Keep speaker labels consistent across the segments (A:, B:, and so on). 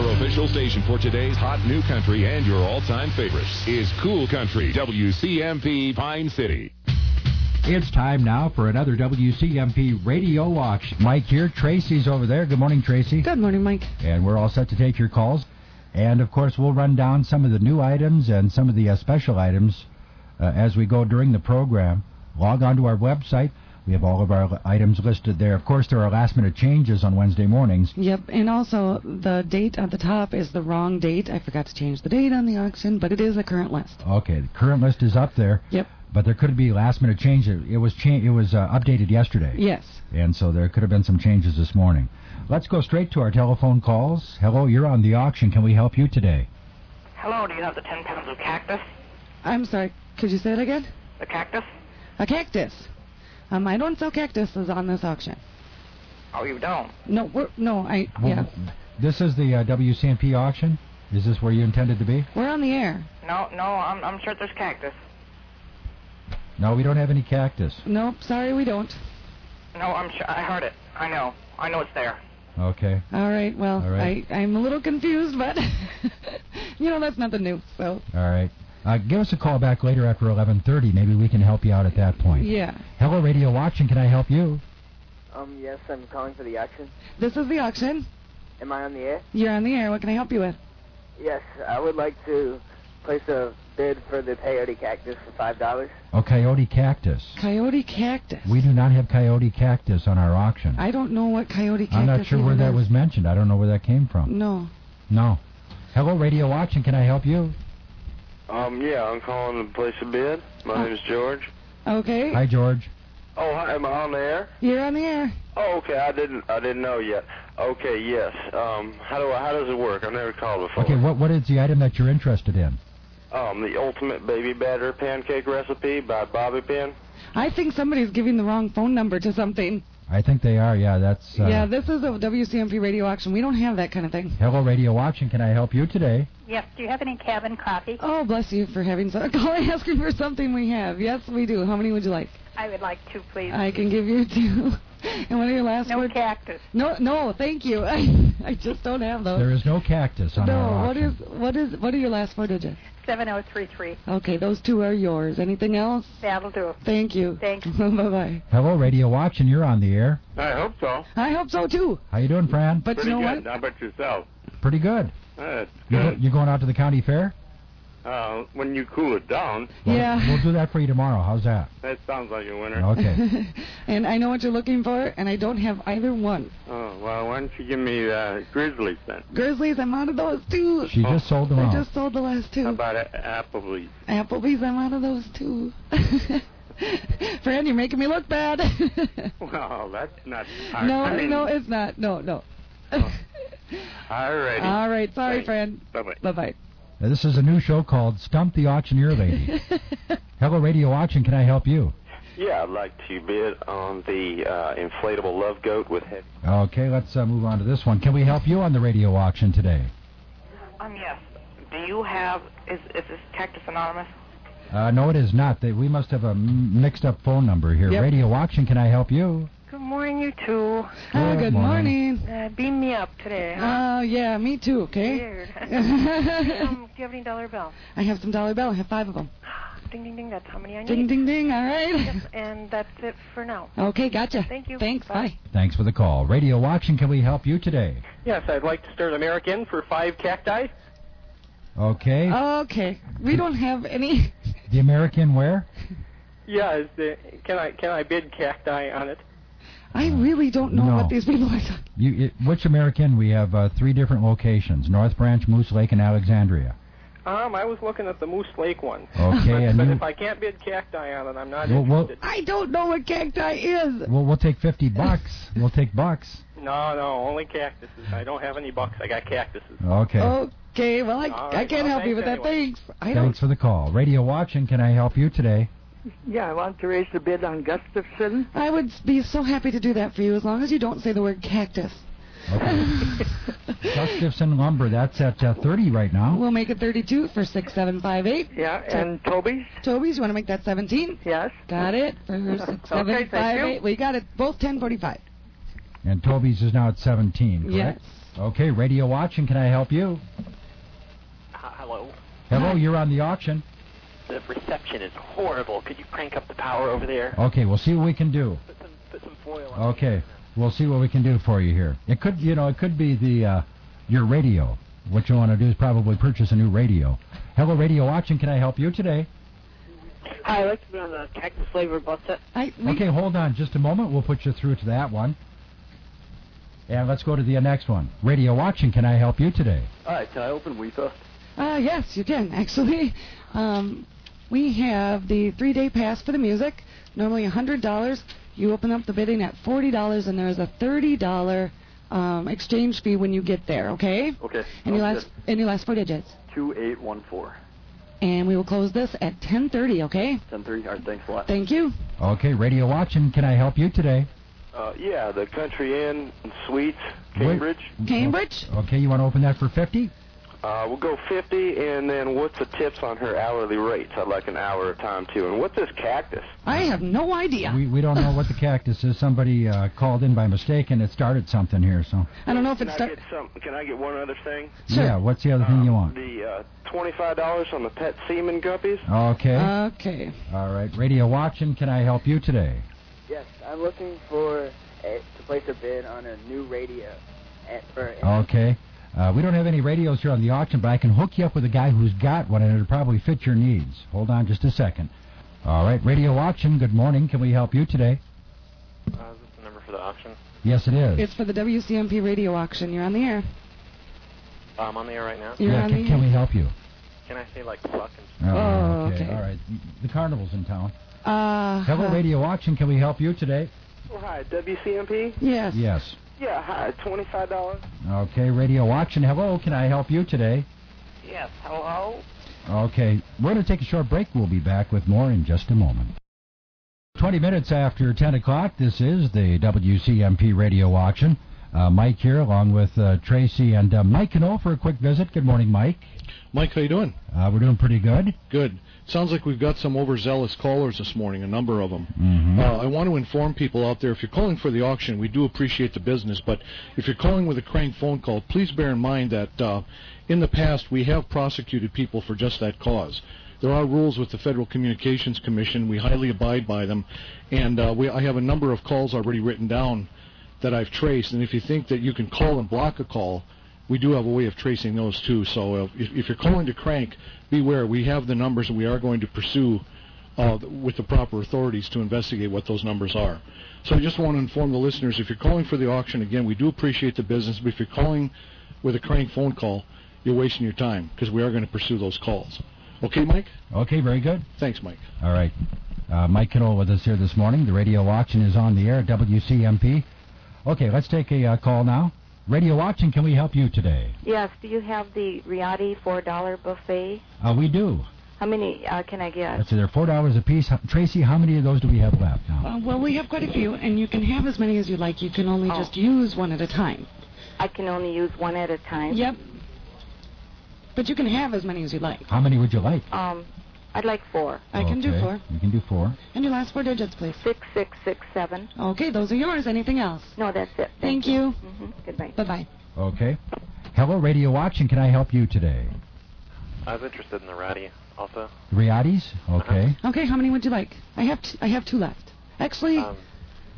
A: official station for today's hot new country and your all-time favorites is Cool Country WCMP Pine City.
B: It's time now for another WCMP radio watch. Mike here, Tracy's over there. Good morning, Tracy.
C: Good morning, Mike.
B: And we're all set to take your calls. And of course, we'll run down some of the new items and some of the uh, special items uh, as we go during the program. Log on to our website. We have all of our li- items listed there. Of course, there are last minute changes on Wednesday mornings.
C: Yep, and also the date at the top is the wrong date. I forgot to change the date on the auction, but it is the current list.
B: Okay, the current list is up there.
C: Yep.
B: But there could be last minute changes. It was cha- it was uh, updated yesterday.
C: Yes.
B: And so there could have been some changes this morning. Let's go straight to our telephone calls. Hello, you're on the auction. Can we help you today?
D: Hello, do you have the 10 pounds of cactus?
C: I'm sorry, could you say it again?
D: The cactus?
C: A cactus. Um, I don't sell cactuses on this auction.
D: Oh, you don't?
C: No, we're, no, I,
B: Oh.
C: yeah.
B: This is the uh, WCMP auction. Is this where you intended to be?
C: We're on the air.
D: No, no, I'm, I'm sure there's cactus.
B: No, we don't have any cactus.
C: Nope, sorry, we don't.
D: No, I'm sure. I heard it. I know. I know it's there.
B: Okay.
C: All right, well,
B: All right.
C: I, I'm a little confused, but, you know, that's nothing new, so,
B: All right. Uh, give us a call back later after 11:30. Maybe we can help you out at that point.
C: yeah.
B: Hello, Radio Watching. Can I help you?
E: Um, yes, I'm calling for the auction.
C: This is the auction.
E: Am I on the air?
C: You're on the air. What can I help you with?
E: Yes, I would like to place a bid for the peyote cactus for five dollars.
B: Oh, coyote cactus.
C: Coyote cactus.
B: We do not have coyote cactus on our auction.
C: I don't know what coyote cactus
B: am not sure where
C: even
B: that
C: is.
B: was mentioned. I don't know where that came from.
C: No.
B: No. Hello, Radio Watching. Can I help you?
F: Um, yeah, I'm calling to place a bid. My
C: Oh.
F: name is George.
C: Okay.
B: Hi, George.
F: Oh, hi, am I on the air?
C: You're on the air.
F: Oh, okay. I didn't, I didn't know yet. Okay, yes. Um, how do I, how does it work? I've never called before.
B: Okay. What What is the item that you're interested in?
F: Um, the ultimate baby batter pancake recipe by Bobby Pin.
C: I think somebody's giving the wrong phone number to something.
B: I think they are. Yeah. That's. Uh,
C: yeah, this is a WCMP radio auction. We don't have that kind of thing.
B: Hello, Radio Watching. Can I help you today?
G: Yes. Do you have any cabin coffee?
C: Oh, bless you for having so calling asking for something we have. Yes, we do. How many would you like?
G: I would like two, please.
C: I can give you two. And what are your last
G: no
C: words?
G: cactus.
C: No, no, thank you. I, I just don't have those.
B: There is no cactus on our
C: Oh. no, what
B: auction.
C: is what is what are your last four digits?
G: 7033.
C: Okay, those two are yours. Anything else?
G: That'll do.
H: Oh,
C: Thank you.
G: Thanks.
C: bye bye.
B: Hello, Radio Watching. You're on the air.
I: I hope so.
C: I hope so too.
B: How you doing, Fran?
C: But
I: Pretty
C: you know
I: good.
C: what?
I: How about yourself?
B: Pretty good.
I: That's
B: You go-
I: good.
B: You going out to the county fair?
I: Uh, when you cool it down,
B: Well,
C: Yeah.
B: We'll do that for you tomorrow. How's that?
I: that sounds like a winner.
B: Okay.
C: and I know what you're looking for, and I don't have either one.
I: Oh, well, why don't you give me uh, Grizzlies then?
C: Grizzlies, I'm out of those too.
B: She just sold them
C: I
B: off.
C: just sold the last
I: How
C: two.
I: about a- Applebee's?
C: Applebee's, I'm out of those two. Fran, you're making me look bad.
I: Well, that's not.
C: no,
I: I mean,
C: no, it's not. No, no.
I: All righty.
C: All Oh. right, sorry,
I: Thanks.
C: Fran.
I: Bye-bye.
C: Bye bye.
B: Now, This is a new show called Stump the Auctioneer Lady. Hello, Radio Auction. Can I help you?
F: Yeah, I'd like to bid on the uh, inflatable love goat with heavy.
B: Okay, let's uh, move on to this one. Can we help you on the radio auction today?
D: Um, yes. Do you have. Is, is this Cactus Anonymous?
B: Uh, no, it is not. They, we must have a m- mixed up phone number here.
C: Yep.
B: Radio Auction, can I help you?
D: Good morning, you two.
C: oh, good morning.
D: Uh, beam me up today.
C: Oh, yeah, me too, okay?
D: Weird.
C: I
D: do you have any dollar bill?
C: have some Dollar Bill. I have five of them.
D: Ding, ding, ding. That's how many I
C: Ding, ding, ding. All right.
D: And that's it for now.
C: Okay, gotcha.
D: Thank you.
C: Thanks,
D: Bye.
C: bye.
B: Thanks for the call. Radio Auction, can we help you today?
J: Yes, I'd like to start American for five cacti.
B: Okay.
C: Uh, Okay, we don't have any.
B: the American where?
J: Yeah, is the, can I can I bid cacti on it?
C: I really don't know
B: No.
C: what these people are talking.
B: You, it, which American? We have uh, three different locations North Branch, Moose Lake, and Alexandria.
J: Um, I was looking at the Moose Lake one. But,
B: Okay, and
J: but
B: you,
J: if I can't bid cacti on it, I'm not
B: Well, well-
J: interested.
C: I don't know what cacti is.
B: we'll, we'll take 50 bucks. We'll take bucks.
J: No, no, only cactuses. I don't have any bucks. I got cactuses.
B: Okay.
C: Oh, Okay, well I,
J: All
C: I
J: right,
C: can't
J: well,
C: help you with
J: thanks
C: that. Thanks. I don't.
B: Thanks for the call. Radio Watching, can I help you today?
E: Yeah, I want to raise the bid on Gustafson.
C: I would be so happy to do that for you as long as you don't say the word cactus.
B: Okay. Gus Gibson Lumber, that's at uh, 30 right now.
C: We'll make it 32 for 6758.
E: Yeah, and Toby's.
C: Toby's, you want to make that 17?
E: Yes.
C: Got it for 6758.
E: thank you.
C: we got it both 1045.
B: And Toby's is now at 17, correct?
C: Yes.
B: Okay, radio auction. Can I help you?
K: Hello.
B: Hello, you're on the auction.
K: The reception is horrible. Could you crank up the power over there?
B: Okay, we'll see what we can do.
K: Put some, put some foil on.
B: Okay, we'll see what we can do for you here. It could, you know, it could be the uh, your radio. What you want to do is probably purchase a new radio. Hello, radio auction. Can I help you today?
L: Hi, I'd like to be on the cactus flavor bus set.
C: I,
B: Okay, hold on just a moment. We'll put you through to that one. And let's go to the next one. Radio auction. Can I help you today?
M: All right, can I open Weepa?
C: Uh, yes, you can actually. Um, we have the three-day pass for the music. Normally $100. You open up the bidding at $40, and there's a $30 um, exchange fee when you get there. Okay?
M: Okay.
C: And you last and you last four digits.
M: Two eight one four.
C: And we will close this at 10:30. Okay?
M: Ten three. All right, thanks a lot.
C: Thank you.
B: Okay, radio auction. Can I help you today?
F: Uh, yeah, the Country Inn and Suites, Cambridge.
C: Cambridge.
B: Okay, you want to open that for fifty?
F: Uh, we'll go 50, and then what's the tips on her hourly rates? I'd like an hour at a time, too. And what's this cactus?
C: I have no idea.
B: We we don't know what the cactus is. Somebody uh, called in by mistake and it started something here. So
C: I don't know if it's
F: can I, get some, can I get one other thing?
B: yeah, what's the other thing you want?
F: The uh, $25 on the pet semen guppies?
B: Okay.
C: uh, Okay.
B: All right, radio watching. Can I help you today?
E: Yes, I'm looking for a, to place a bid on a new radio. At, for
B: Okay. Uh, we don't have any radios here on the auction, but I can hook you up with a guy who's got one, and it'll probably fit your needs. Hold on just a second. All right, radio auction. Good morning. Can we help you today?
N: Uh, is this the number for the auction?
B: Yes, it is.
C: It's for the WCMP radio auction. You're on the air.
N: Uh, I'm on the air right now.
C: You're
B: yeah,
C: on
B: can,
C: the
B: can we
C: air.
B: help you?
N: Can I say like fuck and
C: Oh,
B: okay.
C: okay.
B: All right. The carnival's in town.
C: Uh,
B: Hello, radio auction. Can we help you today?
F: Oh, hi, WCMP?
C: Yes.
B: Yes.
F: Yeah, hi, $25.
B: Okay, radio auction. Hello, can I help you today?
D: Yes, hello?
B: Okay, we're going to take a short break. We'll be back with more in just a moment. 20 minutes after 10 o'clock, this is the WCMP radio auction. Uh, Mike here, along with uh, Tracy and uh, Mike Cano for a quick visit. Good morning, Mike.
O: Mike, how you doing?
B: Uh, we're doing pretty good.
O: Good. Sounds like we've got some overzealous callers this morning, a number of them.
B: Mm-hmm.
O: Uh, I want to inform people out there if you're calling for the auction, we do appreciate the business, but if you're calling with a crank phone call, please bear in mind that uh, in the past we have prosecuted people for just that cause. There are rules with the Federal Communications Commission. We highly abide by them, and uh, we, I have a number of calls already written down that I've traced. And if you think that you can call and block a call, we do have a way of tracing those too. So uh, if, if you're calling to crank, beware. We have the numbers, and we are going to pursue uh, with the proper authorities to investigate what those numbers are. So I just want to inform the listeners: if you're calling for the auction, again, we do appreciate the business, but if you're calling with a crank phone call, you're wasting your time because we are going to pursue those calls. Okay, Mike.
B: Okay, very good.
O: Thanks, Mike.
B: All right. Uh, Mike Cano with us here this morning. The radio auction is on the air at WCMP. Okay, let's take a uh, call now. Radio auction, can we help you today?
H: Yes. Do you have the Riati four dollar buffet?
B: Uh, we do.
H: How many uh, can I get?
B: Let's see, they're four dollars a piece. How- Tracy, how many of those do we have left now?
C: Uh, well, we have quite a few, and you can have as many as you like. You can only
H: Oh.
C: just use one at a time.
H: I can only use one at a time.
C: Yep. But you can have as many as you like.
B: How many would you like?
H: Um, I'd like four.
C: I can do
B: Okay,
C: four.
B: You can do four.
C: And your last four digits, please.
H: Six, six, six, seven.
C: Okay, those are yours. Anything else?
H: No, that's it.
C: Thank you.
H: hmm Goodbye.
C: Bye bye.
B: Okay. Hello, radio watching. Can I help you today?
N: I was interested in the ratty also.
B: Riades? Okay.
C: Okay, how many would you like? I have t- I have two left. Actually,
H: Um,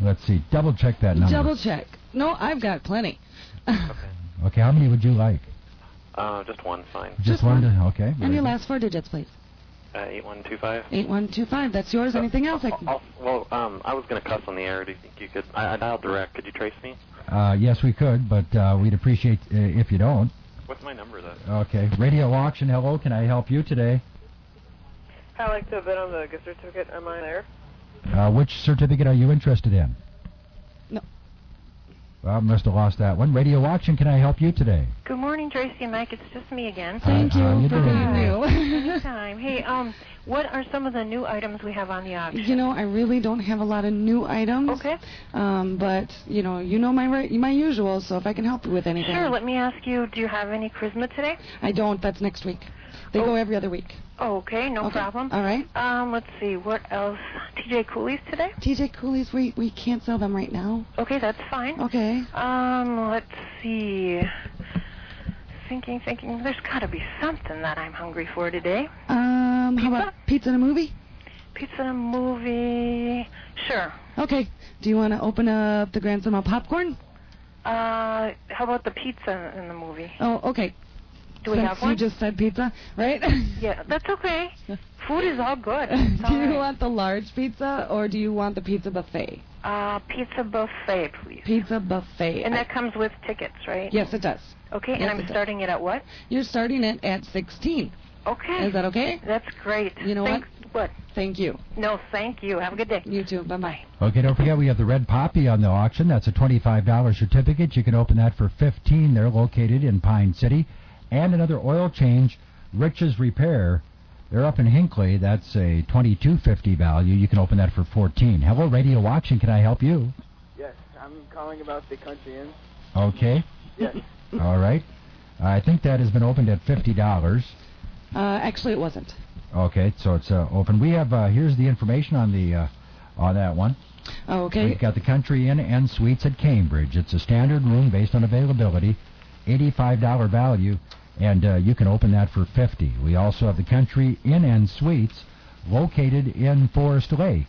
B: Let's see. Double check that number.
C: double check. No, I've got plenty.
B: Okay. How many would you like?
N: Uh, just one, fine.
B: Just, one. to- Okay.
C: and your last four digits, please.
N: Uh, eight one two five.
C: Eight one two five. That's yours. Anything else? I can.
N: Well, um, I was gonna cuss on the air. Do you think you could? I, I dialed direct. Could you trace me?
B: Uh, yes, we could, but uh, we'd appreciate uh, if you don't.
N: What's my number though?
B: Okay. Radio auction. Hello. Can I help you today?
P: I like to bid on the gift certificate. Am I there?
B: Uh, which certificate are you interested in?
C: No.
B: Well, I must have lost that one. Radio auction. Can I help you today?
Q: Good morning, Tracy and Mike. It's just me again.
C: Thank you for being
Q: Hi.
C: you.
Q: Anytime. Hey, um, what are some of the new items we have on the auction?
C: You know, I really don't have a lot of new items. Okay. Um, but you know, you know my right, my usual. So if I can help you with anything,
Q: Sure. Let me ask you. Do you have any charisma today?
C: I don't. That's next week. They go every other week.
Q: Oh, okay. No
C: Okay.
Q: problem.
C: All right.
Q: Um, let's see. What else? TJ Cooley's today.
C: TJ Cooley's, we we can't sell them right now.
Q: Okay, that's fine.
C: Okay.
Q: Um, let's see. Thinking, thinking. There's got to be something that I'm hungry for today.
C: Um, how about pizza and a movie?
Q: Pizza and a movie. Sure.
C: Okay. Do you want to open up the Grand Cinema popcorn?
Q: Uh, how about the pizza in the movie?
C: Oh, okay.
Q: Do we
C: Since
Q: have one?
C: You just said pizza, right?
Q: Yeah, that's okay. Food is all good. It's
C: do
Q: all
C: you
Q: right.
C: want the large pizza or do you want the pizza buffet?
Q: uh, pizza buffet, please?
C: Pizza buffet.
Q: And that comes with tickets, right?
C: yes, it does.
Q: Okay,
C: yes,
Q: and I'm
C: it does.
Q: starting it at what?
C: You're starting it at 16.
Q: Okay.
C: Is that okay?
Q: That's great.
C: You know
Q: Thanks. what?
C: Thank you.
Q: No, thank you. Have a good day.
C: You too. Bye bye.
B: Okay, don't forget we have the Red Poppy on the auction. That's a $25 certificate. You can open that for 15 They're located in Pine City. And another oil change, Rich's Repair. They're up in Hinckley. That's a 22.50 value. You can open that for 14. Hello, Radio Auction. Can I help you?
E: Yes, I'm calling about the country inn.
B: Okay.
E: Yes.
B: All right. I think that has been opened at $50.
C: Uh, actually, it wasn't.
B: Okay, so it's uh, open. We have uh, here's the information on the uh, on that one.
C: Oh, okay.
B: We've got the Country Inn and Suites at Cambridge. It's a standard room based on availability, $85 value, and uh, you can open that for 50 We also have the Country Inn and Suites located in Forest Lake,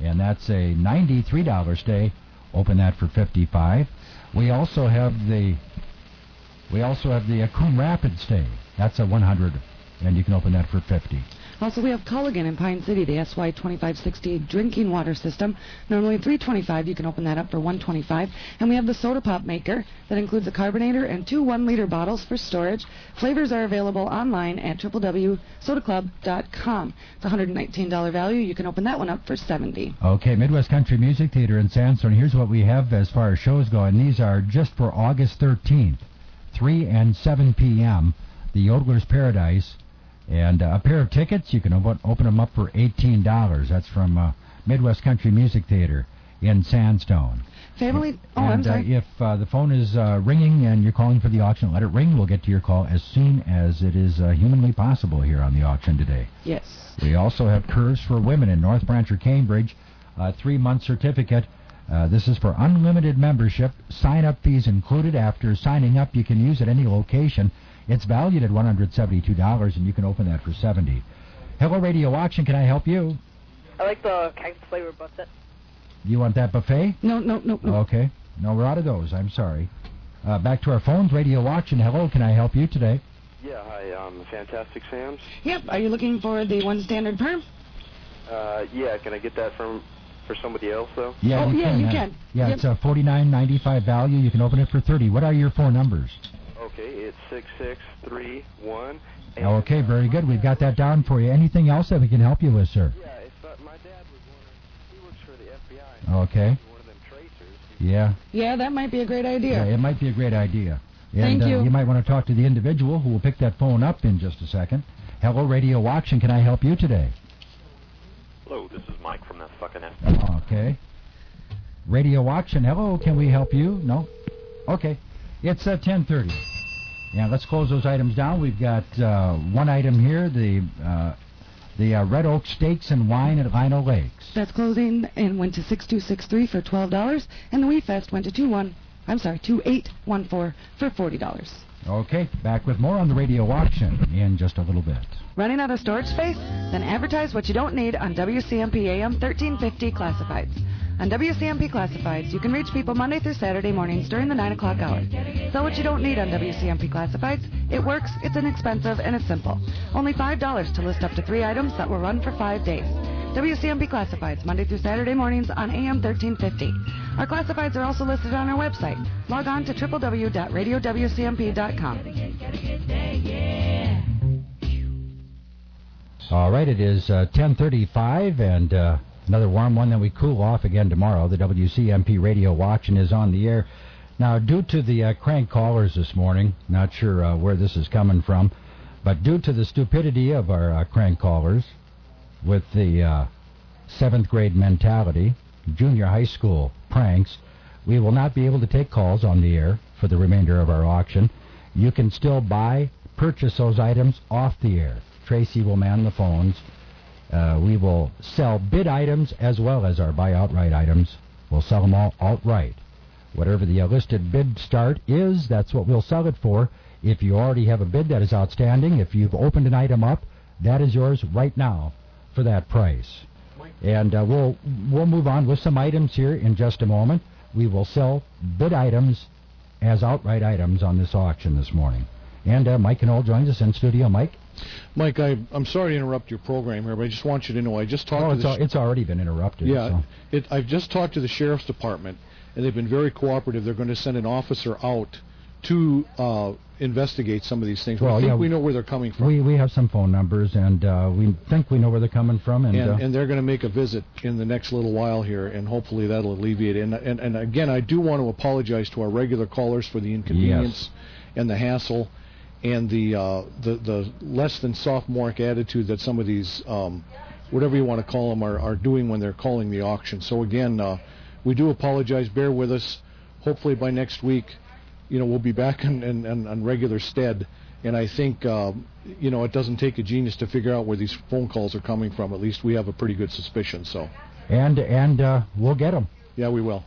B: and that's a $93 stay. Open that for 55 We also have the we also have the uh, Coon Rapids stay. That's a 100 and you can open that for 50
C: Also, we have Culligan in Pine City, the SY 2560 drinking water system. Normally 325, you can open that up for 125. And we have the soda pop maker that includes a carbonator and two one-liter bottles for storage. Flavors are available online at www.sodaclub.com. It's a $119 value. You can open that one up for 70.
B: Okay, Midwest Country Music Theater in Sandstone. Here's what we have as far as shows go, and these are just for August 13th, 3 and 7 p.m. The Yodeler's Paradise, and uh, a pair of tickets. You can open, open them up for $18. That's from uh, Midwest Country Music Theater in Sandstone.
C: Family. Oh,
B: and
C: I'm sorry.
B: Uh, if uh, the phone is uh, ringing and you're calling for the auction, let it ring. We'll get to your call as soon as it is uh, humanly possible here on the auction today.
C: Yes.
B: We also have Curves for Women in North Branch or Cambridge, a three month certificate. Uh, this is for unlimited membership. Sign up fees included. After signing up, you can use it any location. It's valued at $172, and you can open that for 70 Hello, Radio Auction. Can I help you?
L: I like the cactus flavor busset.
B: You want that buffet?
C: No, no, no,
B: no. Okay. No, we're out of those. I'm sorry. Uh, back to our phones. Radio Auction. Hello. Can I help you today?
C: Oh,
F: Yeah, hi, um, Fantastic Sam's.
C: Yep. Are you looking for the one standard perm?
F: Uh, yeah, can I get that from for somebody else though?
B: Yeah,
C: Oh,
B: you
C: yeah,
B: can.
C: you
B: uh,
C: can.
B: Yeah,
C: Yep.
B: it's a forty-nine ninety-five value. You can open it for thirty. What are your four numbers?
F: Okay, it's six six three one.
B: Okay, very good. We've got that down for you. Anything else that we can help you with, sir?
F: Yeah, if uh, my dad was one of, he works for the FBI.
B: Okay. Yeah.
C: Yeah, that might be a great
B: Yeah,
C: idea.
B: it might be a great idea. And,
C: Thank
B: uh,
C: you.
B: you might want to talk to the individual who will pick that phone up in just a second. Hello, Radio Auction. Can I help you today?
N: Hello, this is Mike from that fucking F.
B: Okay. Radio Auction. Hello, can we help you? No. Okay. It's uh, 10:30. Yeah, let's close those items down. We've got uh, one item here, the uh, the uh, Red Oak Steaks and Wine at Lino Lake.
C: That's closing and went to 6263 for $12, and the Wee Fest went to 21. I'm sorry, 2814 for $40.
B: Okay, back with more on the radio auction in just a little bit.
C: Running out of storage space? Then advertise what you don't need on WCMP AM 1350 Classifieds. On WCMP Classifieds, you can reach people Monday through Saturday mornings during the 9 o'clock hour. Sell what you don't need on WCMP Classifieds. It works, it's inexpensive, and it's simple. Only $5 to list up to three items that will run for five days. WCMP Classifieds, Monday through Saturday mornings on AM 1350. Our classifieds are also listed on our website. Log on to www.radiowcmp.com.
B: All right, it is uh, 10:35, and uh, another warm one. Then we cool off again tomorrow. The WCMP radio auction is on the air. Now, due to the uh, crank callers this morning, not sure uh, where this is coming from, but due to the stupidity of our uh, crank callers with the uh, seventh grade mentality, junior high school pranks, we will not be able to take calls on the air for the remainder of our auction. You can still buy, purchase those items off the air. Tracy will man the phones. Uh, we will sell bid items as well as our buy outright items. We'll sell them all outright. Whatever the uh, listed bid start is, that's what we'll sell it for. If you already have a bid that is outstanding, if you've opened an item up, that is yours right now for that price. And uh, we'll we'll move on with some items here in just a moment. We will sell bid items as outright items on this auction this morning. And uh, Mike Knoll joins us in studio. Mike,
O: Mike, I, I'm sorry to interrupt your program here, but I just want you to know I just talked
B: oh,
O: to
B: it's,
O: the
B: al-
O: sh-
B: it's already been interrupted.
O: Yeah,
B: so.
O: it, I've just talked to the sheriff's department, and they've been very cooperative. They're going to send an officer out to uh, investigate some of these things.
B: Well,
O: I think
B: yeah,
O: we know where they're coming from,
B: We we have some phone numbers, and uh, we think we know where they're coming from. And,
O: and,
B: uh,
O: and they're going to make a visit in the next little while here, and hopefully that'll alleviate it. And, and, and again, I do want to apologize to our regular callers for the inconvenience and the hassle. And the, uh, the the less than sophomoric attitude that some of these um, whatever you want to call them, are, are doing when they're calling the auction. So again, uh, we do apologize. Bear with us. Hopefully by next week, you know, we'll be back in, in, in, in regular stead. And I think, um, you know, it doesn't take a genius to figure out where these phone calls are coming from. At least we have a pretty good suspicion. So,
B: and and uh, we'll get them.
O: yeah, we will.